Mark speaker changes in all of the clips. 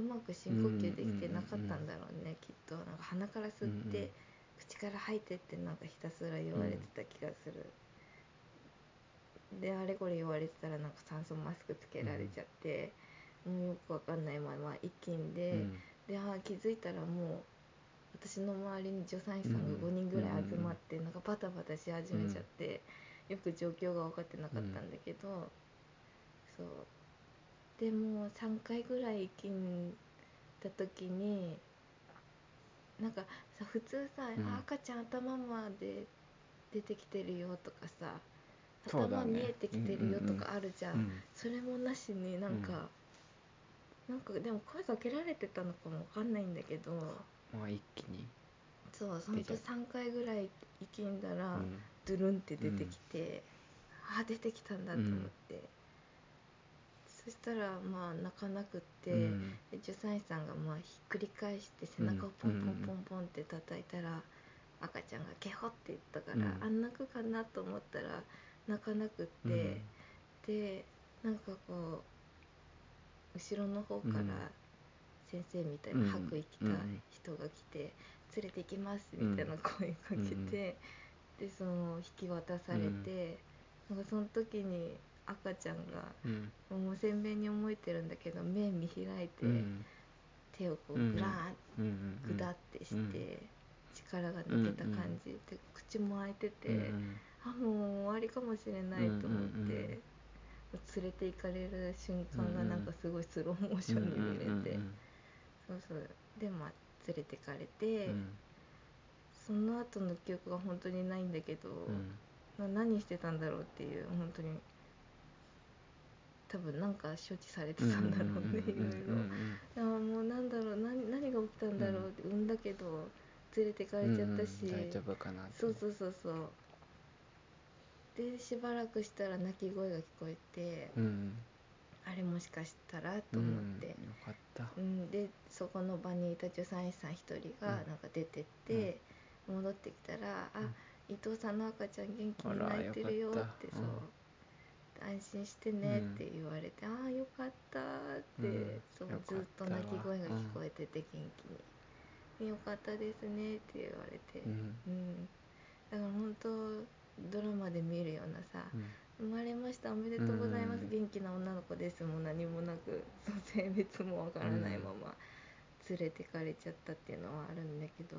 Speaker 1: まく深呼吸できてなかったんだろうね、きっとなんか鼻から吸って、口から吐いてってなんかひたすら言われてた気がする、であれこれ言われてたらなんか酸素マスクつけられちゃって、もうよくわかんないまま一気に
Speaker 2: う
Speaker 1: で、
Speaker 2: ん
Speaker 1: であー気づいたらもう私の周りに助産師さんが5人ぐらい集まってなんかバタバタし始めちゃって、よく状況が分かってなかったんだけど、そうでも3回ぐらい生きた時になんかさ普通さ、
Speaker 2: うん
Speaker 1: あ赤ちゃん頭まで出てきてるよとかさ
Speaker 2: そうだ
Speaker 1: 頭
Speaker 2: ね
Speaker 1: 見えてきてるよとかあるじゃ
Speaker 2: うんん
Speaker 1: それもなしになんか、なんかでも声かけられてたのかもわかんないんだけど
Speaker 2: まあ一気に、
Speaker 1: そうそのと
Speaker 2: 出ちゃ
Speaker 1: 3回ぐらい生きんだ
Speaker 2: う
Speaker 1: ら、
Speaker 2: ん
Speaker 1: ドゥルンって出てきて、ああ出てきたんだと思って、そしたらまあ泣かなくって、
Speaker 2: うん
Speaker 1: で助産師さんがまあひっくり返して背中をポンポンポンポンって叩いたら、赤ちゃんが「けほ」って言ったから、
Speaker 2: うん
Speaker 1: あんなくかなと思ったら泣かなくって。でなんかこう後ろの方か
Speaker 2: うん
Speaker 1: ら先生みたいうなん白衣着た人が来て「連れて行きます」みたいな声かけ
Speaker 2: うん
Speaker 1: てでその引き渡されてなんかその時に赤ちゃんが
Speaker 2: うん
Speaker 1: もう鮮明に覚えてるんだけど目見開いて
Speaker 2: うん
Speaker 1: 手をこう
Speaker 2: うん
Speaker 1: グラーンっ
Speaker 2: うんうん
Speaker 1: て下ってし
Speaker 2: うん
Speaker 1: て力が抜けた感じで口も開いてて。
Speaker 2: うん
Speaker 1: あもう終わりかもしれないと思って、
Speaker 2: うんうんうん
Speaker 1: 連れて行かれる瞬間がなんかすごいスローモーションに見れて、
Speaker 2: うん
Speaker 1: そうそうでまあ連れてかれて、
Speaker 2: うん
Speaker 1: その後の記憶が本当にないんだけど、
Speaker 2: うん
Speaker 1: な何してたんだろうっていう本当に多分なんか処置されてたんだろうね、
Speaker 2: うんうん
Speaker 1: いろい
Speaker 2: うんう
Speaker 1: ろ。
Speaker 2: んうん
Speaker 1: あもうなんだろう何何が起きたんだろうって産んだけど連れてかれちゃったし、
Speaker 2: うんうん大丈夫かなって
Speaker 1: そうそうそうそうでしばらくしたら泣き声が聞こえて、
Speaker 2: うん
Speaker 1: あれもしかしたらと思って
Speaker 2: う、んよかった
Speaker 1: うんでそこの場にいた助産師さん一人が
Speaker 2: うん
Speaker 1: なんか出てって、戻ってきたら「あ
Speaker 2: うん
Speaker 1: 伊藤さんの赤ちゃん元気
Speaker 2: あ
Speaker 1: に
Speaker 2: ら
Speaker 1: 泣いてるよ」
Speaker 2: よかっ
Speaker 1: ったてそう
Speaker 2: うん
Speaker 1: 「安心してね」って言われて「ああよかった」って、
Speaker 2: うん
Speaker 1: そう
Speaker 2: よかっ
Speaker 1: ず
Speaker 2: たわ
Speaker 1: っと泣き声が聞こえてて元気に「でよかったですね」って言われて。
Speaker 2: うん
Speaker 1: うん、だから本当ドラマで見るようなさ
Speaker 2: うん
Speaker 1: 「生まれましたおめでとうございます、
Speaker 2: うん
Speaker 1: 元気な女の子です」もう何もなくそう性別もわからないまま連れてかれちゃったっていうのはあるんだけど、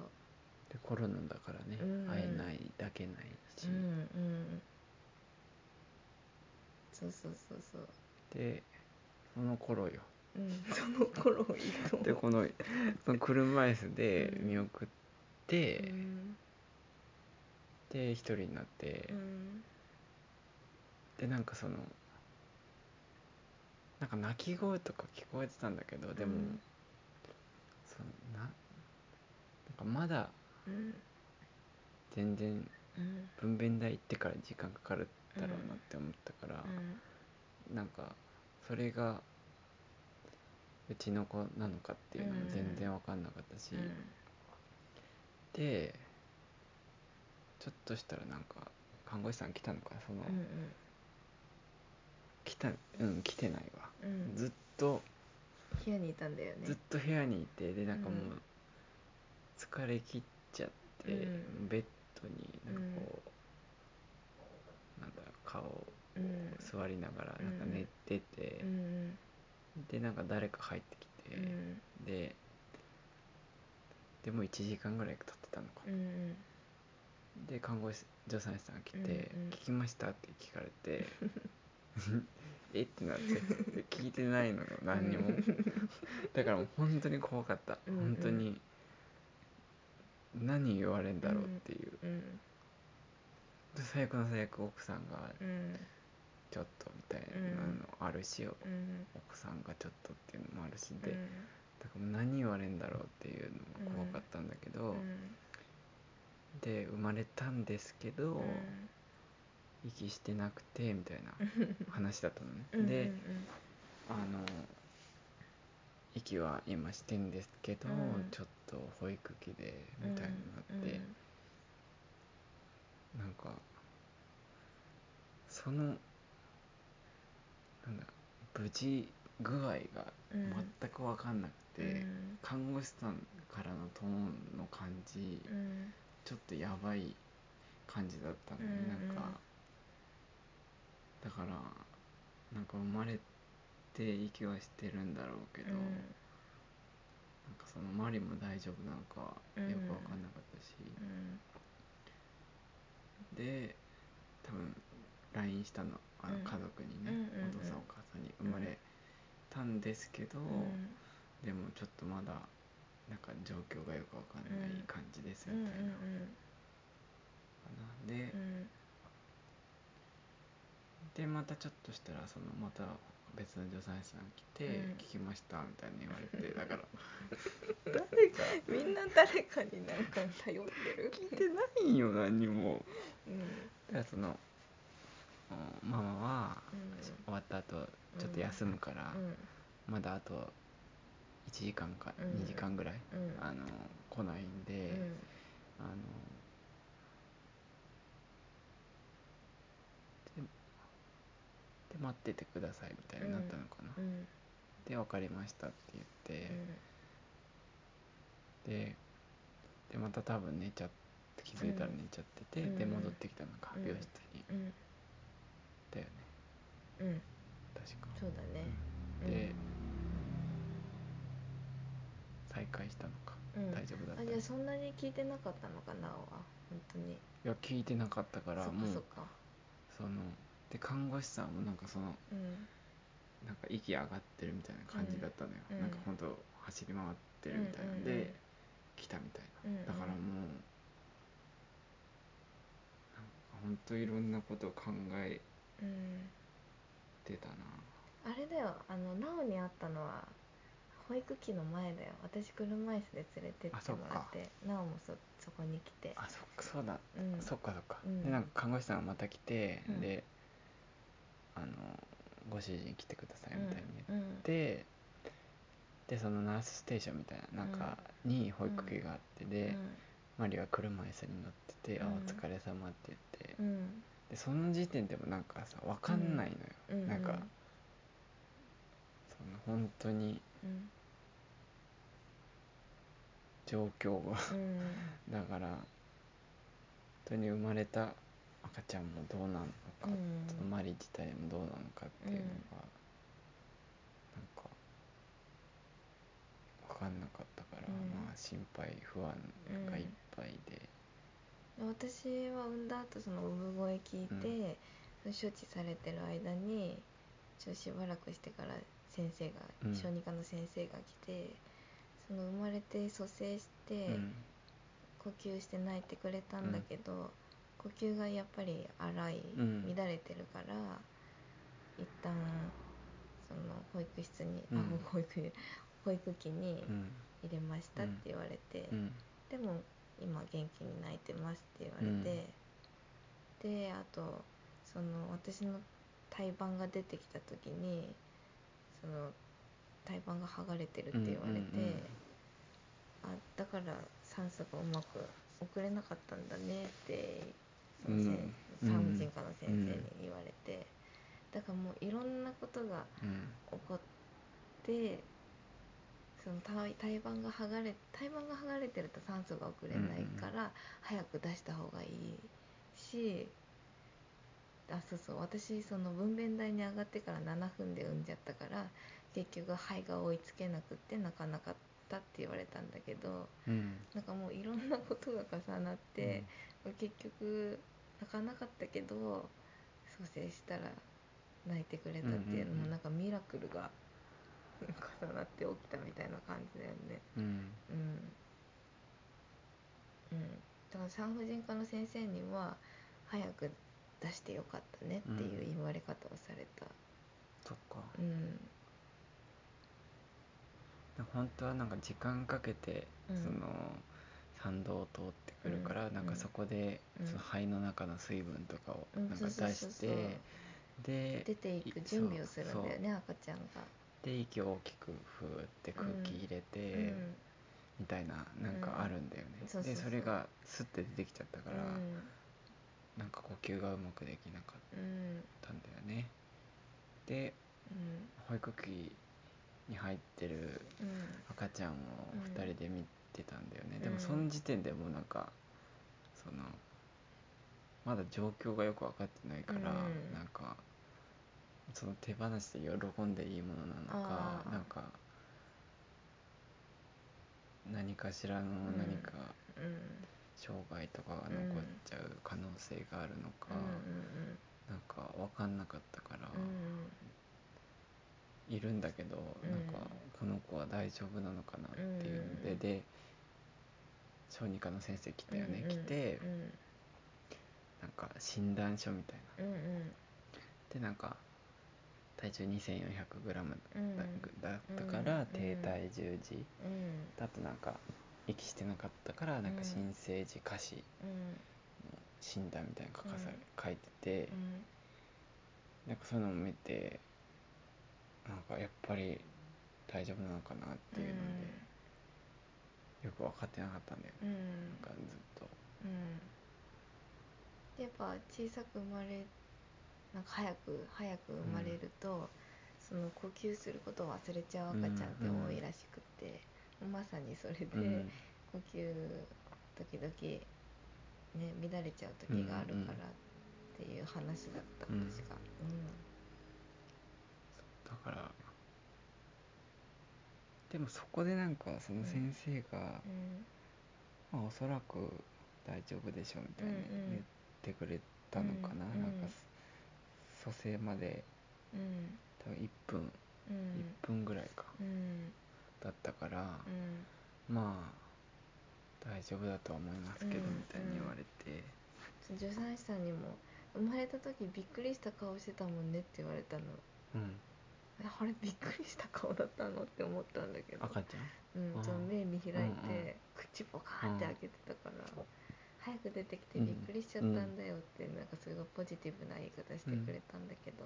Speaker 2: でコロナだからね
Speaker 1: うん
Speaker 2: 会えないだけないし
Speaker 1: うんうん、そうそうそうそう、
Speaker 2: でその頃よ
Speaker 1: うん、その頃をいいと思
Speaker 2: で
Speaker 1: う。
Speaker 2: このその車椅子で
Speaker 1: うん
Speaker 2: 見送っ
Speaker 1: う
Speaker 2: て、
Speaker 1: ん
Speaker 2: で一人になって、
Speaker 1: うん
Speaker 2: でなんかそのなんか泣き声とか聞こえてたんだけどでも、
Speaker 1: うん
Speaker 2: そのななんかまだ
Speaker 1: うん
Speaker 2: 全然
Speaker 1: うん
Speaker 2: 分娩台行ってから時間かかるだろうなって思ったから、
Speaker 1: うん
Speaker 2: なんかそれがうちの子なのかっていうのも全然分かんなかったし、でちょっとしたらなんか看護師さん来たのかその、
Speaker 1: うん
Speaker 2: 来たうん来てないわ、
Speaker 1: うん
Speaker 2: ずっと
Speaker 1: 部屋にいたんだよね
Speaker 2: ずっと部屋にいてでなんかも
Speaker 1: う
Speaker 2: うん疲れ切っちゃって、
Speaker 1: うん
Speaker 2: ベッドになんかこう、なんだ顔を
Speaker 1: うん
Speaker 2: 座りながらなんか寝てて
Speaker 1: う、ん
Speaker 2: でなんか誰か入って
Speaker 1: う
Speaker 2: きて、
Speaker 1: ん
Speaker 2: ででも1時間ぐらい経ってたのか
Speaker 1: う、ん
Speaker 2: で看護師助産師さんが来て「
Speaker 1: うんうん
Speaker 2: 聞きました?」って聞かれ て 「えっ?」てなってで聞いてないのよ何にもだからもう本当に怖かった
Speaker 1: うんうん
Speaker 2: 本当に何言われんだろうっていう
Speaker 1: うん
Speaker 2: で最悪の最悪奥さんが
Speaker 1: うん
Speaker 2: 「ちょっと」みたいなのあるし
Speaker 1: うん
Speaker 2: 奥さんが「ちょっと」っていうのもあるし
Speaker 1: う
Speaker 2: で
Speaker 1: ん
Speaker 2: だからもう何言われんだろうっていうのも怖かったんだけ
Speaker 1: う
Speaker 2: ど
Speaker 1: ん
Speaker 2: で生まれたんですけど
Speaker 1: うん
Speaker 2: 息してなくてみたいな話だったのね、
Speaker 1: うん
Speaker 2: で
Speaker 1: うん
Speaker 2: あの息は今してんですけど、
Speaker 1: うん
Speaker 2: ちょっと保育器でみたいになって、なんかそのなんだ無事具合が
Speaker 1: うん
Speaker 2: 全くく分かんなくて、
Speaker 1: うん
Speaker 2: 看護師さんからのトーンの感じ、
Speaker 1: うん
Speaker 2: ちょっとやばい感じだったのに、
Speaker 1: うんうん
Speaker 2: なんかだからなんか生まれて息はしてるんだろうけど、
Speaker 1: うん
Speaker 2: なんかその周りも大丈夫なのかよく分かんなかったし、
Speaker 1: うん
Speaker 2: で多分 LINE したのあの
Speaker 1: うん
Speaker 2: 家族に
Speaker 1: うん
Speaker 2: ね、
Speaker 1: うんうん
Speaker 2: お父さんお母さんに生まれたんですけど、
Speaker 1: うん
Speaker 2: でもちょっとまだなんか状況がよくわかんない
Speaker 1: うん
Speaker 2: 感じです
Speaker 1: うん
Speaker 2: み
Speaker 1: うん
Speaker 2: たいな、かなで、
Speaker 1: うん
Speaker 2: でまたちょっとしたらそのまた別の助産師さん来て
Speaker 1: うん
Speaker 2: 「聞きました」みたいに言われて、だから
Speaker 1: みんな誰かになんか頼ってる
Speaker 2: 聞いてないよ何にも
Speaker 1: うん
Speaker 2: だからそのうんママは
Speaker 1: うん
Speaker 2: 終わった後ちょっと休むから、
Speaker 1: うん
Speaker 2: まだあと1時間か
Speaker 1: うん
Speaker 2: 2時間ぐらい、
Speaker 1: うん
Speaker 2: あの来ないんで、あのでで待っててくださいみたいになったのかな、
Speaker 1: うんうん
Speaker 2: で分かりましたって言って、ででまた多分寝ちゃって気づいたら寝ちゃってて、
Speaker 1: うん
Speaker 2: で戻ってきたのか、
Speaker 1: うん
Speaker 2: 病室に
Speaker 1: うん
Speaker 2: だよね
Speaker 1: うん
Speaker 2: 確か
Speaker 1: そうだね
Speaker 2: で、再会したの
Speaker 1: う
Speaker 2: か、
Speaker 1: ん
Speaker 2: 大丈夫だった
Speaker 1: あ
Speaker 2: ね
Speaker 1: じゃあそんなに聞いてなかったのかなは本当に
Speaker 2: いや聞いてなかったから
Speaker 1: そっ
Speaker 2: も
Speaker 1: か
Speaker 2: う
Speaker 1: そっか
Speaker 2: そので看護師さんもなんかその
Speaker 1: うん
Speaker 2: なんか息上がってるみたいな感じだったのよ、
Speaker 1: うん
Speaker 2: なんかほんと走り回ってるみたいなんで、
Speaker 1: うんうんうん
Speaker 2: 来たみたいな、
Speaker 1: うんうん
Speaker 2: だからもうなんかほんといろんなことを考え
Speaker 1: うん
Speaker 2: てたな
Speaker 1: あれだよあのなおに会ったのは保育器の前だよ私車椅子で連れてってもらってなおもそそこに来て
Speaker 2: あそっかそうだ、
Speaker 1: うん
Speaker 2: そっかそっか、
Speaker 1: うん
Speaker 2: でなんか看護師さんがまた来て、
Speaker 1: うん
Speaker 2: であのご主人来てくださいみたいに言って
Speaker 1: うんうん
Speaker 2: ででそのナースステーションみたいな中に保育器があってで、マリは車椅子に乗ってて「あ
Speaker 1: うん
Speaker 2: お疲れ様って言って、
Speaker 1: うん
Speaker 2: でその時点でもなんかさ分かんないのよ、
Speaker 1: うんうん
Speaker 2: なんかその本当に
Speaker 1: うん
Speaker 2: 状況が
Speaker 1: うん
Speaker 2: だから本当に生まれた赤ちゃんもどうなのか、
Speaker 1: うん
Speaker 2: そのマリ自体もどうなのかっていうのが、なんか分かんなかったから、
Speaker 1: うん
Speaker 2: まあ心配不安がいっぱいで、
Speaker 1: 私は産んだ後その産声聞いて、処置されてる間にちょっとしばらくしてから先生が、
Speaker 2: うん
Speaker 1: 小児科の先生が来てその生まれて蘇生して、
Speaker 2: うん
Speaker 1: 呼吸して泣いてくれたんだけど、呼吸がやっぱり荒い、
Speaker 2: うん
Speaker 1: 乱れてるから一旦その保育室に、
Speaker 2: うん
Speaker 1: あ保育保育器に
Speaker 2: うん
Speaker 1: 入れましたって言われて。
Speaker 2: うん
Speaker 1: でも今元気に泣いてますって言われて、であとその私の胎盤が出てきた時にその胎盤が剥がれてるって言われて、
Speaker 2: うんうんうん
Speaker 1: あだから酸素がうまく送れなかったんだねってその
Speaker 2: うん
Speaker 1: せん
Speaker 2: うん
Speaker 1: 産婦人科の先生に言われて、だからもういろんなことが
Speaker 2: うん
Speaker 1: 起こってその胎胎盤が剥がれ胎盤が剥がれてると酸素が送れないから、早く出した方がいいしあそうそう私その分娩台に上がってから7分で産んじゃったから結局肺が追いつけなくって泣かなかったって言われたんだけど
Speaker 2: うん
Speaker 1: なんかもういろんなことが重なって、結局泣かなかったけど蘇生したら泣いてくれたっていうの
Speaker 2: うんうん
Speaker 1: も
Speaker 2: うん
Speaker 1: なんかミラクルが重なって起きたみたいな感じだよね
Speaker 2: うん
Speaker 1: うんうんだから産婦人科の先生には早く出してよかったねっていう言われ方をされた
Speaker 2: そっか
Speaker 1: うん
Speaker 2: 本当はなんか時間かけて、
Speaker 1: うん
Speaker 2: その参道を通ってくるから、
Speaker 1: うん
Speaker 2: なんかそこで、
Speaker 1: うん
Speaker 2: その肺の中の水分とかを
Speaker 1: うん
Speaker 2: なんか出して、
Speaker 1: そうそうそうそう
Speaker 2: で
Speaker 1: 出ていく準備をするんだよね赤ちゃんが、
Speaker 2: で息を大きくふーって空気入れて、みたいななんかあるんだよね、
Speaker 1: うんそうそう
Speaker 2: で
Speaker 1: そう
Speaker 2: それがスッて出てきちゃったから、なんか呼吸がうまくできなかっ
Speaker 1: うんうん
Speaker 2: たんだよねで
Speaker 1: うん
Speaker 2: 保育器に入ってる
Speaker 1: うん
Speaker 2: 赤ちゃんを2人で見てたんだよね、
Speaker 1: うん
Speaker 2: でもその時点でもうなんかそのまだ状況がよく分かってないから、
Speaker 1: うん
Speaker 2: なんかその手放しで喜んでいいものなのか
Speaker 1: あー
Speaker 2: なんか何かしらの
Speaker 1: うん
Speaker 2: 何か
Speaker 1: うん
Speaker 2: 障害とかが残っちゃう可能性があるのか、なんか分かんなかったから、
Speaker 1: うんうん
Speaker 2: いるんだけど、
Speaker 1: うん
Speaker 2: なんかこの子は大丈夫なのかなっていうので、
Speaker 1: うん
Speaker 2: で小児科の先生来たよね、
Speaker 1: うんうん
Speaker 2: 来て
Speaker 1: うん
Speaker 2: なんか診断書みたいな
Speaker 1: うんうん
Speaker 2: でなんか体重 2400g
Speaker 1: うん
Speaker 2: だ,、だったから、
Speaker 1: うん
Speaker 2: 低体重児
Speaker 1: うん
Speaker 2: だとなんか息してなかったからなんか
Speaker 1: うん
Speaker 2: 新生児下肢
Speaker 1: うん
Speaker 2: の診断みたいなの書かされ、
Speaker 1: うん
Speaker 2: 書いてて、
Speaker 1: うん
Speaker 2: なんかそういうのも見てなんかやっぱり大丈夫なのかなっていうので。よく分かってなかったんだよ
Speaker 1: う
Speaker 2: ね、
Speaker 1: ん
Speaker 2: なんかずっと
Speaker 1: うんでやっぱ小さく生まれなんか早く早く生まれると、その呼吸することを忘れちゃう赤ちゃんって多いらしくって、まさにそれで、
Speaker 2: うん
Speaker 1: 呼吸時々ね乱れちゃう時があるからっていう話だった、
Speaker 2: うん
Speaker 1: 確か、
Speaker 2: だからでもそこでなんかその先生が、
Speaker 1: うんうん、
Speaker 2: まあ、おそらく大丈夫でしょうみたいに
Speaker 1: うんうん
Speaker 2: 言ってくれたのかな、
Speaker 1: うんうん
Speaker 2: なんか蘇生まで
Speaker 1: うん
Speaker 2: 多分1分、
Speaker 1: う
Speaker 2: 1
Speaker 1: ん
Speaker 2: 分ぐらいか
Speaker 1: うん
Speaker 2: だったから、
Speaker 1: うん
Speaker 2: まあ大丈夫だとは思いますけど
Speaker 1: うん
Speaker 2: みたいに言われて、
Speaker 1: その助産師さんにも「生まれた時びっくりした顔してたもんね」って言われたの
Speaker 2: うん
Speaker 1: えあれびっくりした顔だったのって思ったんだけど、
Speaker 2: 赤ちゃん
Speaker 1: うん、その
Speaker 2: うん
Speaker 1: 目見開い
Speaker 2: うんう
Speaker 1: て口ポカーンって開けてたから早く出てきてびっくりしちゃったんだよってなんかすごいポジティブな言い方してくれたんだけど、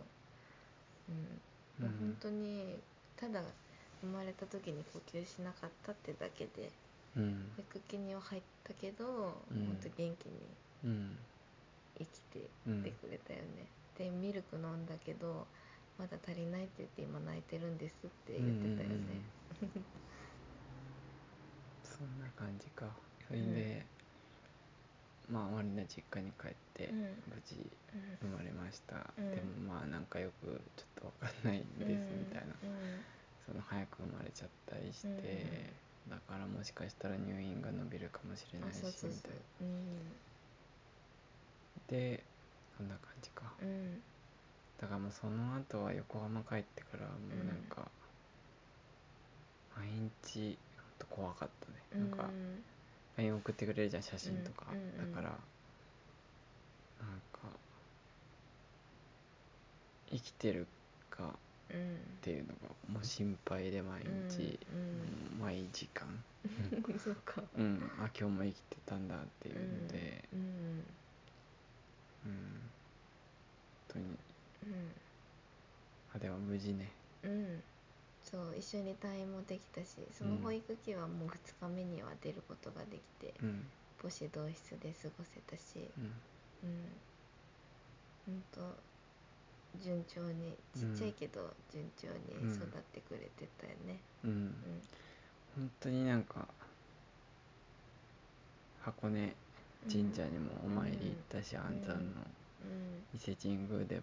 Speaker 1: うん、
Speaker 2: う
Speaker 1: まあ
Speaker 2: ん
Speaker 1: 本当にただ生まれた時に呼吸しなかったってだけで
Speaker 2: うん
Speaker 1: 育期には入ったけど、
Speaker 2: うん
Speaker 1: 本当元気に
Speaker 2: うん
Speaker 1: 生きて
Speaker 2: うん
Speaker 1: ってくれたよね、でミルク飲んだけどまだ足りないって言って今泣いてるんですって言ってたよね、
Speaker 2: うんうんうんそんな感じかそれで、まあ終わりの実家に帰って、
Speaker 1: うん
Speaker 2: 無事
Speaker 1: うん
Speaker 2: 生まれました、
Speaker 1: うん
Speaker 2: でもまあなんかよくちょっと分かんないんですみたいな、
Speaker 1: う
Speaker 2: その早く生まれちゃったりして、
Speaker 1: うんうん
Speaker 2: だからもしかしたら入院が伸びるかもしれ
Speaker 1: ん、
Speaker 2: な
Speaker 1: あ
Speaker 2: いし
Speaker 1: そうそう
Speaker 2: み
Speaker 1: そ
Speaker 2: たいうな
Speaker 1: う
Speaker 2: でそんな感じか、
Speaker 1: んうん
Speaker 2: だからもうその後は横浜帰ってからもうなんか、毎日ほんと怖かったね、なんか
Speaker 1: うん
Speaker 2: LINE 送ってくれるじゃん写真とか、
Speaker 1: うんうんうん
Speaker 2: だからなんか生きてるかっ
Speaker 1: うん
Speaker 2: ていうのがもう心配で毎
Speaker 1: う
Speaker 2: 日、
Speaker 1: ん
Speaker 2: もう毎時間
Speaker 1: うんそうか
Speaker 2: うんあ今日も生きてたんだっていうので、
Speaker 1: うんうん
Speaker 2: うん本当に
Speaker 1: うん
Speaker 2: あでも無事ね
Speaker 1: うん、そう一緒に退院もできたしその
Speaker 2: うん
Speaker 1: 保育器はもう2日目には出ることができて、
Speaker 2: うん
Speaker 1: 母子同室で過ごせたし
Speaker 2: うん
Speaker 1: うんほんと順調にちっちゃいけど順調に育ってくれてたよね
Speaker 2: うん、
Speaker 1: うん
Speaker 2: 本当になんか箱根神社にもお参り行ったし、安産
Speaker 1: う
Speaker 2: の
Speaker 1: ん
Speaker 2: 伊勢神宮でも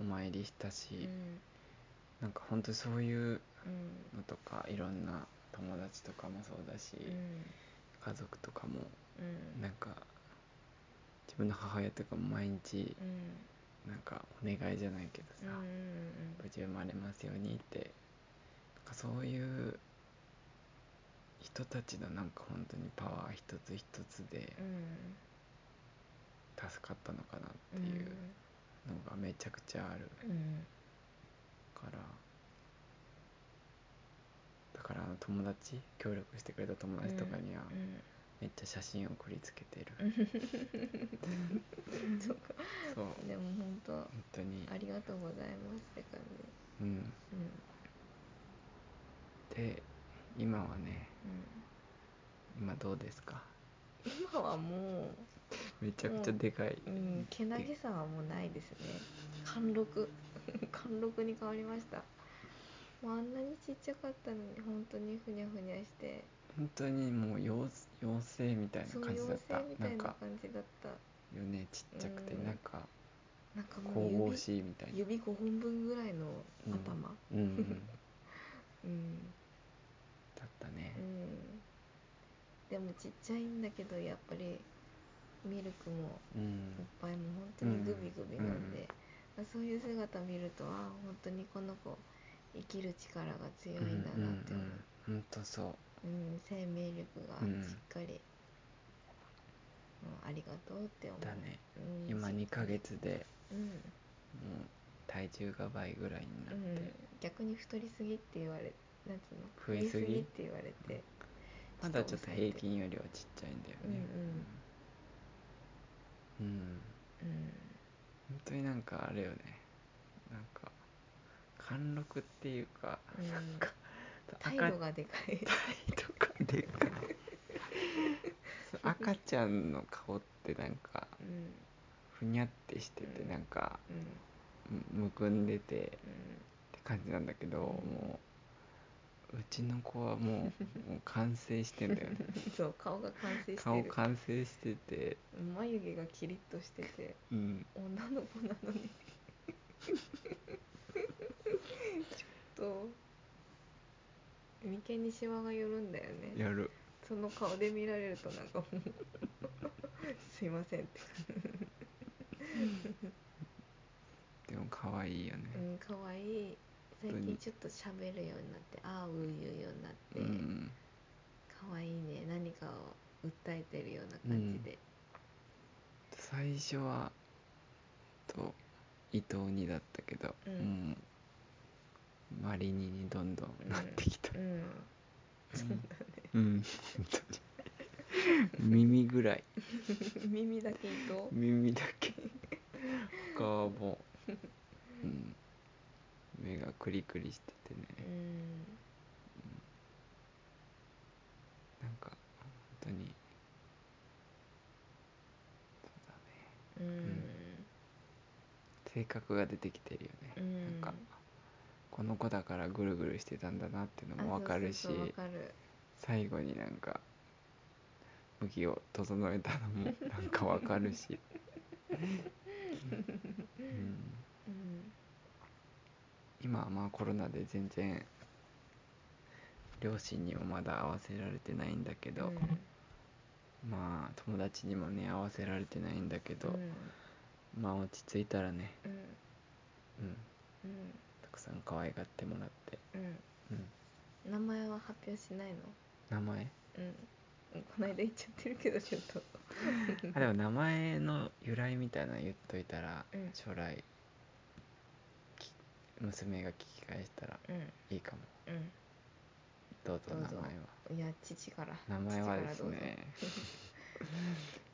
Speaker 1: うん
Speaker 2: お参りしたし、
Speaker 1: うん
Speaker 2: なんか本当そういう
Speaker 1: うん
Speaker 2: のとかいろんな友達とかもそうだし、
Speaker 1: うん
Speaker 2: 家族とかも
Speaker 1: うん
Speaker 2: なんか自分の母親とかも毎日
Speaker 1: うん
Speaker 2: なんかお願いじゃないけど
Speaker 1: う
Speaker 2: さ、
Speaker 1: ん
Speaker 2: 無事生まれますようにってなんかそういう人たちのなんか本当にパワー一つ一つで
Speaker 1: うん
Speaker 2: 助かったのかな
Speaker 1: う
Speaker 2: っ
Speaker 1: ん
Speaker 2: ていうのがめちゃくちゃある
Speaker 1: うん
Speaker 2: からだからあの友達協力してくれた友達とかにはめっちゃ写真を送りつけてる、
Speaker 1: うんそうか
Speaker 2: そう本
Speaker 1: でも本当
Speaker 2: 当に
Speaker 1: ありがとうございますって感じ
Speaker 2: うん
Speaker 1: うん
Speaker 2: で今はね
Speaker 1: う
Speaker 2: 今どうですか
Speaker 1: ん今はも
Speaker 2: めちゃくちゃでかい、
Speaker 1: う、うん、けなげ さはもうないですね貫禄貫禄に変わりましたもうあんなにちっちゃかったのに本当にふにゃふにゃして
Speaker 2: 本当にもう妖妖精みたい
Speaker 1: そ
Speaker 2: な
Speaker 1: う
Speaker 2: 感じだ
Speaker 1: 妖
Speaker 2: っ
Speaker 1: 精
Speaker 2: た
Speaker 1: みた
Speaker 2: ないん
Speaker 1: な
Speaker 2: か
Speaker 1: 感じだった
Speaker 2: よねちっちゃくて、
Speaker 1: うん
Speaker 2: なんか
Speaker 1: なんかも
Speaker 2: 神
Speaker 1: う
Speaker 2: 々
Speaker 1: 指
Speaker 2: しいみたいな
Speaker 1: 指5本分ぐらいの
Speaker 2: うん
Speaker 1: 頭
Speaker 2: うん、うん、
Speaker 1: うん
Speaker 2: だったね
Speaker 1: うんでもちっちゃいんだけどやっぱりミルクも
Speaker 2: うん、
Speaker 1: おっぱいも本当にグビグビなんで、まあそういう姿見るとあ本当にこの子生きる力が強い
Speaker 2: うんうん
Speaker 1: んだなって思う、
Speaker 2: うん本当そう
Speaker 1: うん生命力が
Speaker 2: うん
Speaker 1: しっかり、もうありがとうって思う
Speaker 2: だね、
Speaker 1: うん、
Speaker 2: 今2ヶ月で
Speaker 1: うん、
Speaker 2: もう体重が倍ぐらいにな
Speaker 1: う
Speaker 2: っ
Speaker 1: ん
Speaker 2: て、、
Speaker 1: 逆に太りすぎって言われなんつうの
Speaker 2: 増えすぎ
Speaker 1: って言われて
Speaker 2: まだちょっと平均よりはちっちゃいんだよねうん、
Speaker 1: うん
Speaker 2: 本当になんかあれよねなんか貫禄っていうか
Speaker 1: うん
Speaker 2: 赤
Speaker 1: 態度がでかい
Speaker 2: 態度がでかいそう赤ちゃんの 顔ってなんか
Speaker 1: うんうん
Speaker 2: ふにゃってしてて
Speaker 1: うん
Speaker 2: なんかむむくんでてって感じなんだけど
Speaker 1: うん
Speaker 2: もううちの子はもうもう完成してんだよね
Speaker 1: うんそう顔が完成してる
Speaker 2: 顔完成してて
Speaker 1: 眉毛がキリッとしてて
Speaker 2: うん
Speaker 1: 女の子なのにちょっと眉間にシワが寄るんだよね
Speaker 2: やる
Speaker 1: その顔で見られるとなんかもうすいませんって
Speaker 2: でも可愛いよね
Speaker 1: うん可愛い最近ちょっと喋るようになってああう言うようになって、
Speaker 2: うん
Speaker 1: 可愛いね何かを訴えてるような感じで、
Speaker 2: 最初はえっと伊藤にだったけど、
Speaker 1: うん
Speaker 2: もうマリニにどんどんなってきた、
Speaker 1: うん
Speaker 2: うん、本当に 耳ぐらい
Speaker 1: 耳だけ伊藤
Speaker 2: 耳だけ他はもう、うん、目がクリクリしてて
Speaker 1: う
Speaker 2: ね
Speaker 1: ん
Speaker 2: なんか本当に
Speaker 1: うん
Speaker 2: 性格が出てきてるよね、
Speaker 1: うん
Speaker 2: なんかこの子だからぐるぐるしてたんだなっていうのもわかるし
Speaker 1: あそうそうそうわかる
Speaker 2: 最後になんか麦を整えたのもなんかわか るし、うん、
Speaker 1: うん
Speaker 2: 今はまあコロナで全然両親にもまだ会わせられてないんだけど、まあ友達にもね会わせられてないんだけど、
Speaker 1: うん
Speaker 2: まあ落ち着いたらね、
Speaker 1: うん
Speaker 2: うん、
Speaker 1: うん
Speaker 2: たくさん可愛がってもらって、
Speaker 1: うん
Speaker 2: うん、
Speaker 1: 名前は発表しないの
Speaker 2: 名前
Speaker 1: うんこの間言っちゃってるけどちょっと
Speaker 2: あでも名前の由来みたいなの言っといたら、
Speaker 1: うん
Speaker 2: 将来き娘が聞き返したら
Speaker 1: うん
Speaker 2: いいかも
Speaker 1: う
Speaker 2: どうぞ
Speaker 1: どう
Speaker 2: 名
Speaker 1: ぞ
Speaker 2: 前は。
Speaker 1: んいや父から
Speaker 2: 名前はです
Speaker 1: 父から
Speaker 2: ね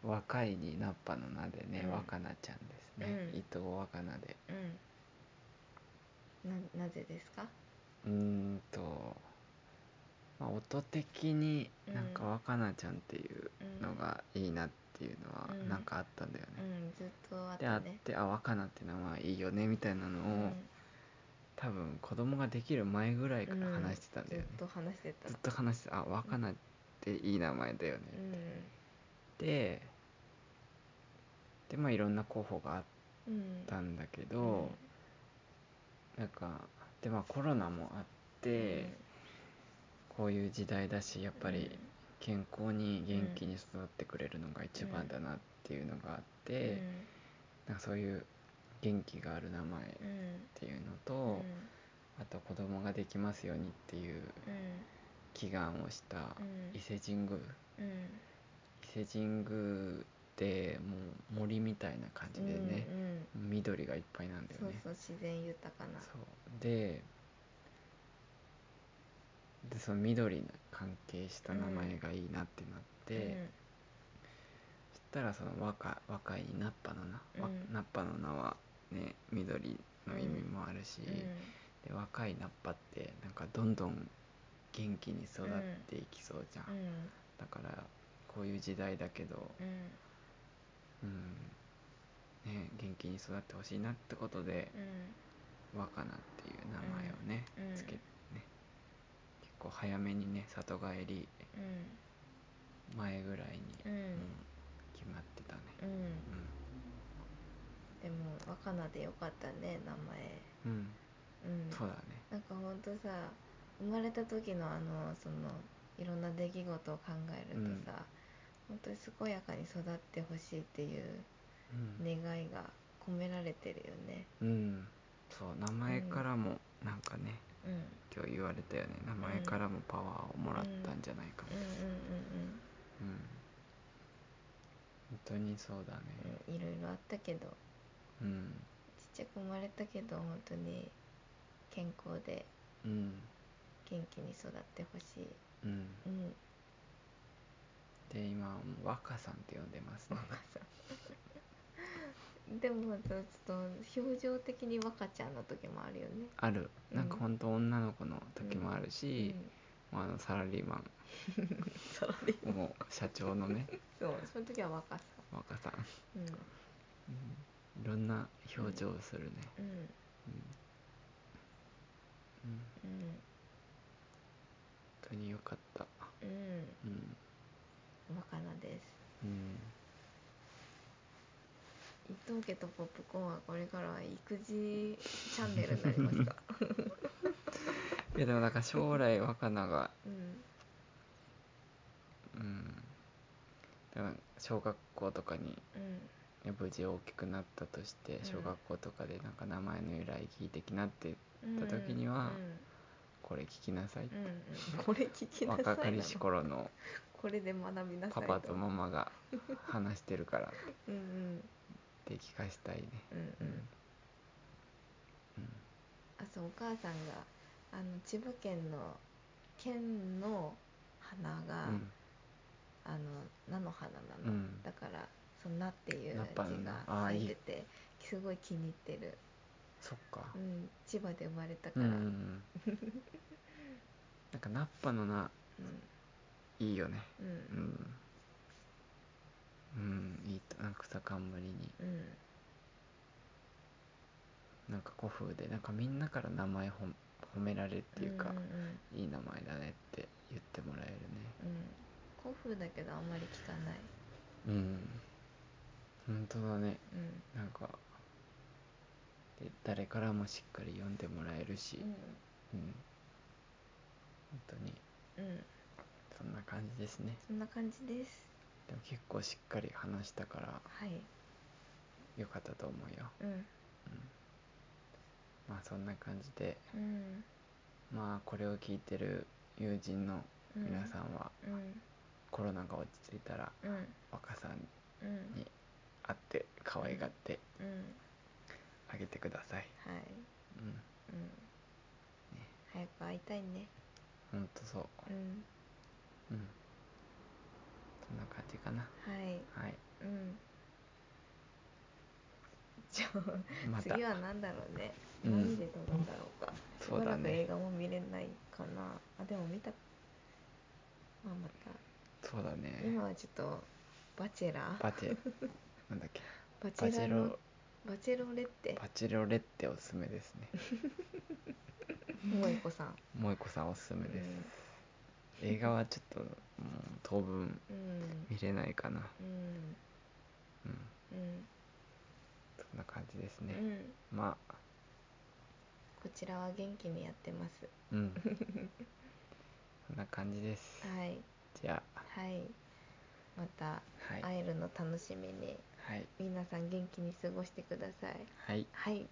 Speaker 2: 若いになっぱの名でね、
Speaker 1: うん
Speaker 2: 若菜ちゃんですね、
Speaker 1: うん
Speaker 2: 伊藤若菜で
Speaker 1: どうぞうんななぜですか
Speaker 2: うーんと、まあ、音的になんか
Speaker 1: うん
Speaker 2: 若菜ちゃんっていう
Speaker 1: うん
Speaker 2: のがいいなっていうのは
Speaker 1: うん
Speaker 2: なんかあったんだよね、
Speaker 1: うんずっとあっ
Speaker 2: であ
Speaker 1: た
Speaker 2: っ
Speaker 1: ね
Speaker 2: てあ若菜って名前いいよねみたいなのを、
Speaker 1: うん
Speaker 2: 多分子供ができる前ぐらいから
Speaker 1: うん
Speaker 2: 話してたんだよね、
Speaker 1: ずっと話してた
Speaker 2: ずっと話してたあ若菜っていい名前だよね、
Speaker 1: うん
Speaker 2: ででまあいろんな候補があっ
Speaker 1: うん
Speaker 2: たんだけど、なんかでまあコロナもあって、こういう時代だしやっぱり健康に元気に育ってくれるのが一番だなっていうのがあって、
Speaker 1: うん
Speaker 2: なんかそういう元気がある名前っ
Speaker 1: うんうん
Speaker 2: ていうのと、
Speaker 1: うん
Speaker 2: あと子供ができますようにっていう
Speaker 1: うん
Speaker 2: 祈願をした
Speaker 1: うん
Speaker 2: 伊勢神宮
Speaker 1: うん
Speaker 2: 伊勢神宮でもう森みたいな感じでね、
Speaker 1: うんうん
Speaker 2: 緑がいっぱいなんだよ
Speaker 1: そう
Speaker 2: ね
Speaker 1: そう自然豊かな
Speaker 2: そうででその緑に関係した名前がいいなってなって、そしたらその若若いナッパの名、わ
Speaker 1: うん
Speaker 2: ナッパの名はね緑の意味もあるし、
Speaker 1: うんうん
Speaker 2: で若いナッパってなんかどんどん元気に育っていきそうじゃん、
Speaker 1: うん
Speaker 2: だからこういう時代だけど、
Speaker 1: うん
Speaker 2: うんね、元気に育ってほしいなってことで
Speaker 1: うん
Speaker 2: 若菜っていう名前をね、
Speaker 1: うん
Speaker 2: つけ構早めにね里帰り前ぐらいに、
Speaker 1: うんうん、
Speaker 2: うん決まってたね、
Speaker 1: うん、でも若菜でよかったね名
Speaker 2: うんうん、
Speaker 1: 前うん
Speaker 2: そうだね
Speaker 1: なんかほんとさ生まれた時のあのそのいろんな出来事を考えるとさ、ほんとに健やかに育ってほしいっていう
Speaker 2: うん、
Speaker 1: 願いが込められてるよね
Speaker 2: うん、そう名前からもなんかね
Speaker 1: うんうん
Speaker 2: 今日言われたよね名前からもパワーをもらったんじゃないか
Speaker 1: う
Speaker 2: な、
Speaker 1: ん
Speaker 2: うん本当にそうだね
Speaker 1: うんうんいろいろあったけど
Speaker 2: うん
Speaker 1: ちっちゃく生まれたけど本当に健康で
Speaker 2: うん
Speaker 1: 元気に育ってほしい
Speaker 2: うん
Speaker 1: うん
Speaker 2: で今はもう若さんって呼んでますね
Speaker 1: でもちょっと表情的に若ちゃんの時もあるよね
Speaker 2: ある
Speaker 1: うん
Speaker 2: なんか本当女の子の時もあるし、もうあのサラリーマ
Speaker 1: うん、 サラリー
Speaker 2: ンもう社長のね
Speaker 1: そうその時は若さ
Speaker 2: 若さん、
Speaker 1: うん
Speaker 2: うん、いろんな表情をするね
Speaker 1: うん
Speaker 2: うん、うん、本当によかった
Speaker 1: うんうん
Speaker 2: うん
Speaker 1: 若菜です
Speaker 2: うん
Speaker 1: 伊藤家とポップコーンはこれからは育児チャンネルになります か
Speaker 2: いやでもなんか将来若菜が
Speaker 1: うん
Speaker 2: うんでも小学校とかに
Speaker 1: うん
Speaker 2: 無事大きくなったとして
Speaker 1: うん
Speaker 2: 小学校とかでなんか名前の由来聞いてきなって
Speaker 1: うん
Speaker 2: た時にはこれ聞きなさい
Speaker 1: うんうんうんこれ聞きなさい
Speaker 2: 若
Speaker 1: な
Speaker 2: かり
Speaker 1: の
Speaker 2: し頃の
Speaker 1: これで学びなさ
Speaker 2: パ
Speaker 1: い
Speaker 2: パとママが話してるからっ
Speaker 1: うんうん
Speaker 2: て聞かしたいね
Speaker 1: うん
Speaker 2: う
Speaker 1: うんんあそうお母さんがあの千葉県の県の花が、あの菜の花なの、
Speaker 2: うん
Speaker 1: だからその菜っていう
Speaker 2: 菜っぱの
Speaker 1: 字が
Speaker 2: 菜あー
Speaker 1: 入っててすごい気に入ってる、
Speaker 2: そっか
Speaker 1: うん、千葉で生まれたか
Speaker 2: う
Speaker 1: ら、
Speaker 2: んう
Speaker 1: うん
Speaker 2: うんんなんかナッパのないいよね
Speaker 1: うん
Speaker 2: うんうんいいとなんか草冠に
Speaker 1: うん
Speaker 2: なんか古風でなんかみんなから名前ほん褒められるっていう
Speaker 1: ん
Speaker 2: か、
Speaker 1: うん
Speaker 2: いい名前だねって言ってもらえるね
Speaker 1: うん、古風だけどあんまり聞かない、
Speaker 2: うん本当だね
Speaker 1: うん
Speaker 2: なんかで誰からもしっかり読んでもらえるし、うん本当に
Speaker 1: うんうん、
Speaker 2: そんな感じですね
Speaker 1: そんな感じです
Speaker 2: でも結構しっかり話したから
Speaker 1: はい
Speaker 2: 良かったと思うよ
Speaker 1: うん
Speaker 2: まあそんな感じで
Speaker 1: うん
Speaker 2: まあこれを聞いてる友人の
Speaker 1: うん
Speaker 2: 皆さんは、
Speaker 1: うん
Speaker 2: コロナが落ち着いたら
Speaker 1: うん
Speaker 2: 若さんに
Speaker 1: うん
Speaker 2: 会って可愛がって
Speaker 1: うん
Speaker 2: あげてください
Speaker 1: はい
Speaker 2: うん
Speaker 1: うん、早く会いたいね
Speaker 2: ほんとそう
Speaker 1: うん
Speaker 2: うんそんな感じかな
Speaker 1: はい
Speaker 2: はい
Speaker 1: うんじゃあ
Speaker 2: また
Speaker 1: 次は何だろうね、
Speaker 2: うん
Speaker 1: 何で撮るんだろうかし
Speaker 2: そう
Speaker 1: ばら
Speaker 2: だ
Speaker 1: く映
Speaker 2: ね
Speaker 1: 画も見れないかなあでも見たまあまた
Speaker 2: そうだね
Speaker 1: 今はちょっとバチェラー
Speaker 2: バチェなんだっけ
Speaker 1: バチ
Speaker 2: バチ
Speaker 1: ェラ
Speaker 2: ェ
Speaker 1: の
Speaker 2: ロ
Speaker 1: バチェロレッテ
Speaker 2: バチェロレッテおすすめですね
Speaker 1: 萌子さん
Speaker 2: 萌子さんおすすめです映画はちょっともう当分
Speaker 1: うん
Speaker 2: 見れないかな
Speaker 1: うん
Speaker 2: うん
Speaker 1: うん
Speaker 2: そんな感じです
Speaker 1: う
Speaker 2: ね
Speaker 1: ん
Speaker 2: まあ
Speaker 1: こちらは元気にやってます
Speaker 2: うん そんな感じです
Speaker 1: はい
Speaker 2: じゃあ
Speaker 1: はいまた
Speaker 2: はい
Speaker 1: 会えるの楽しみに
Speaker 2: はい
Speaker 1: 皆さん元気に過ごしてください
Speaker 2: はい
Speaker 1: はい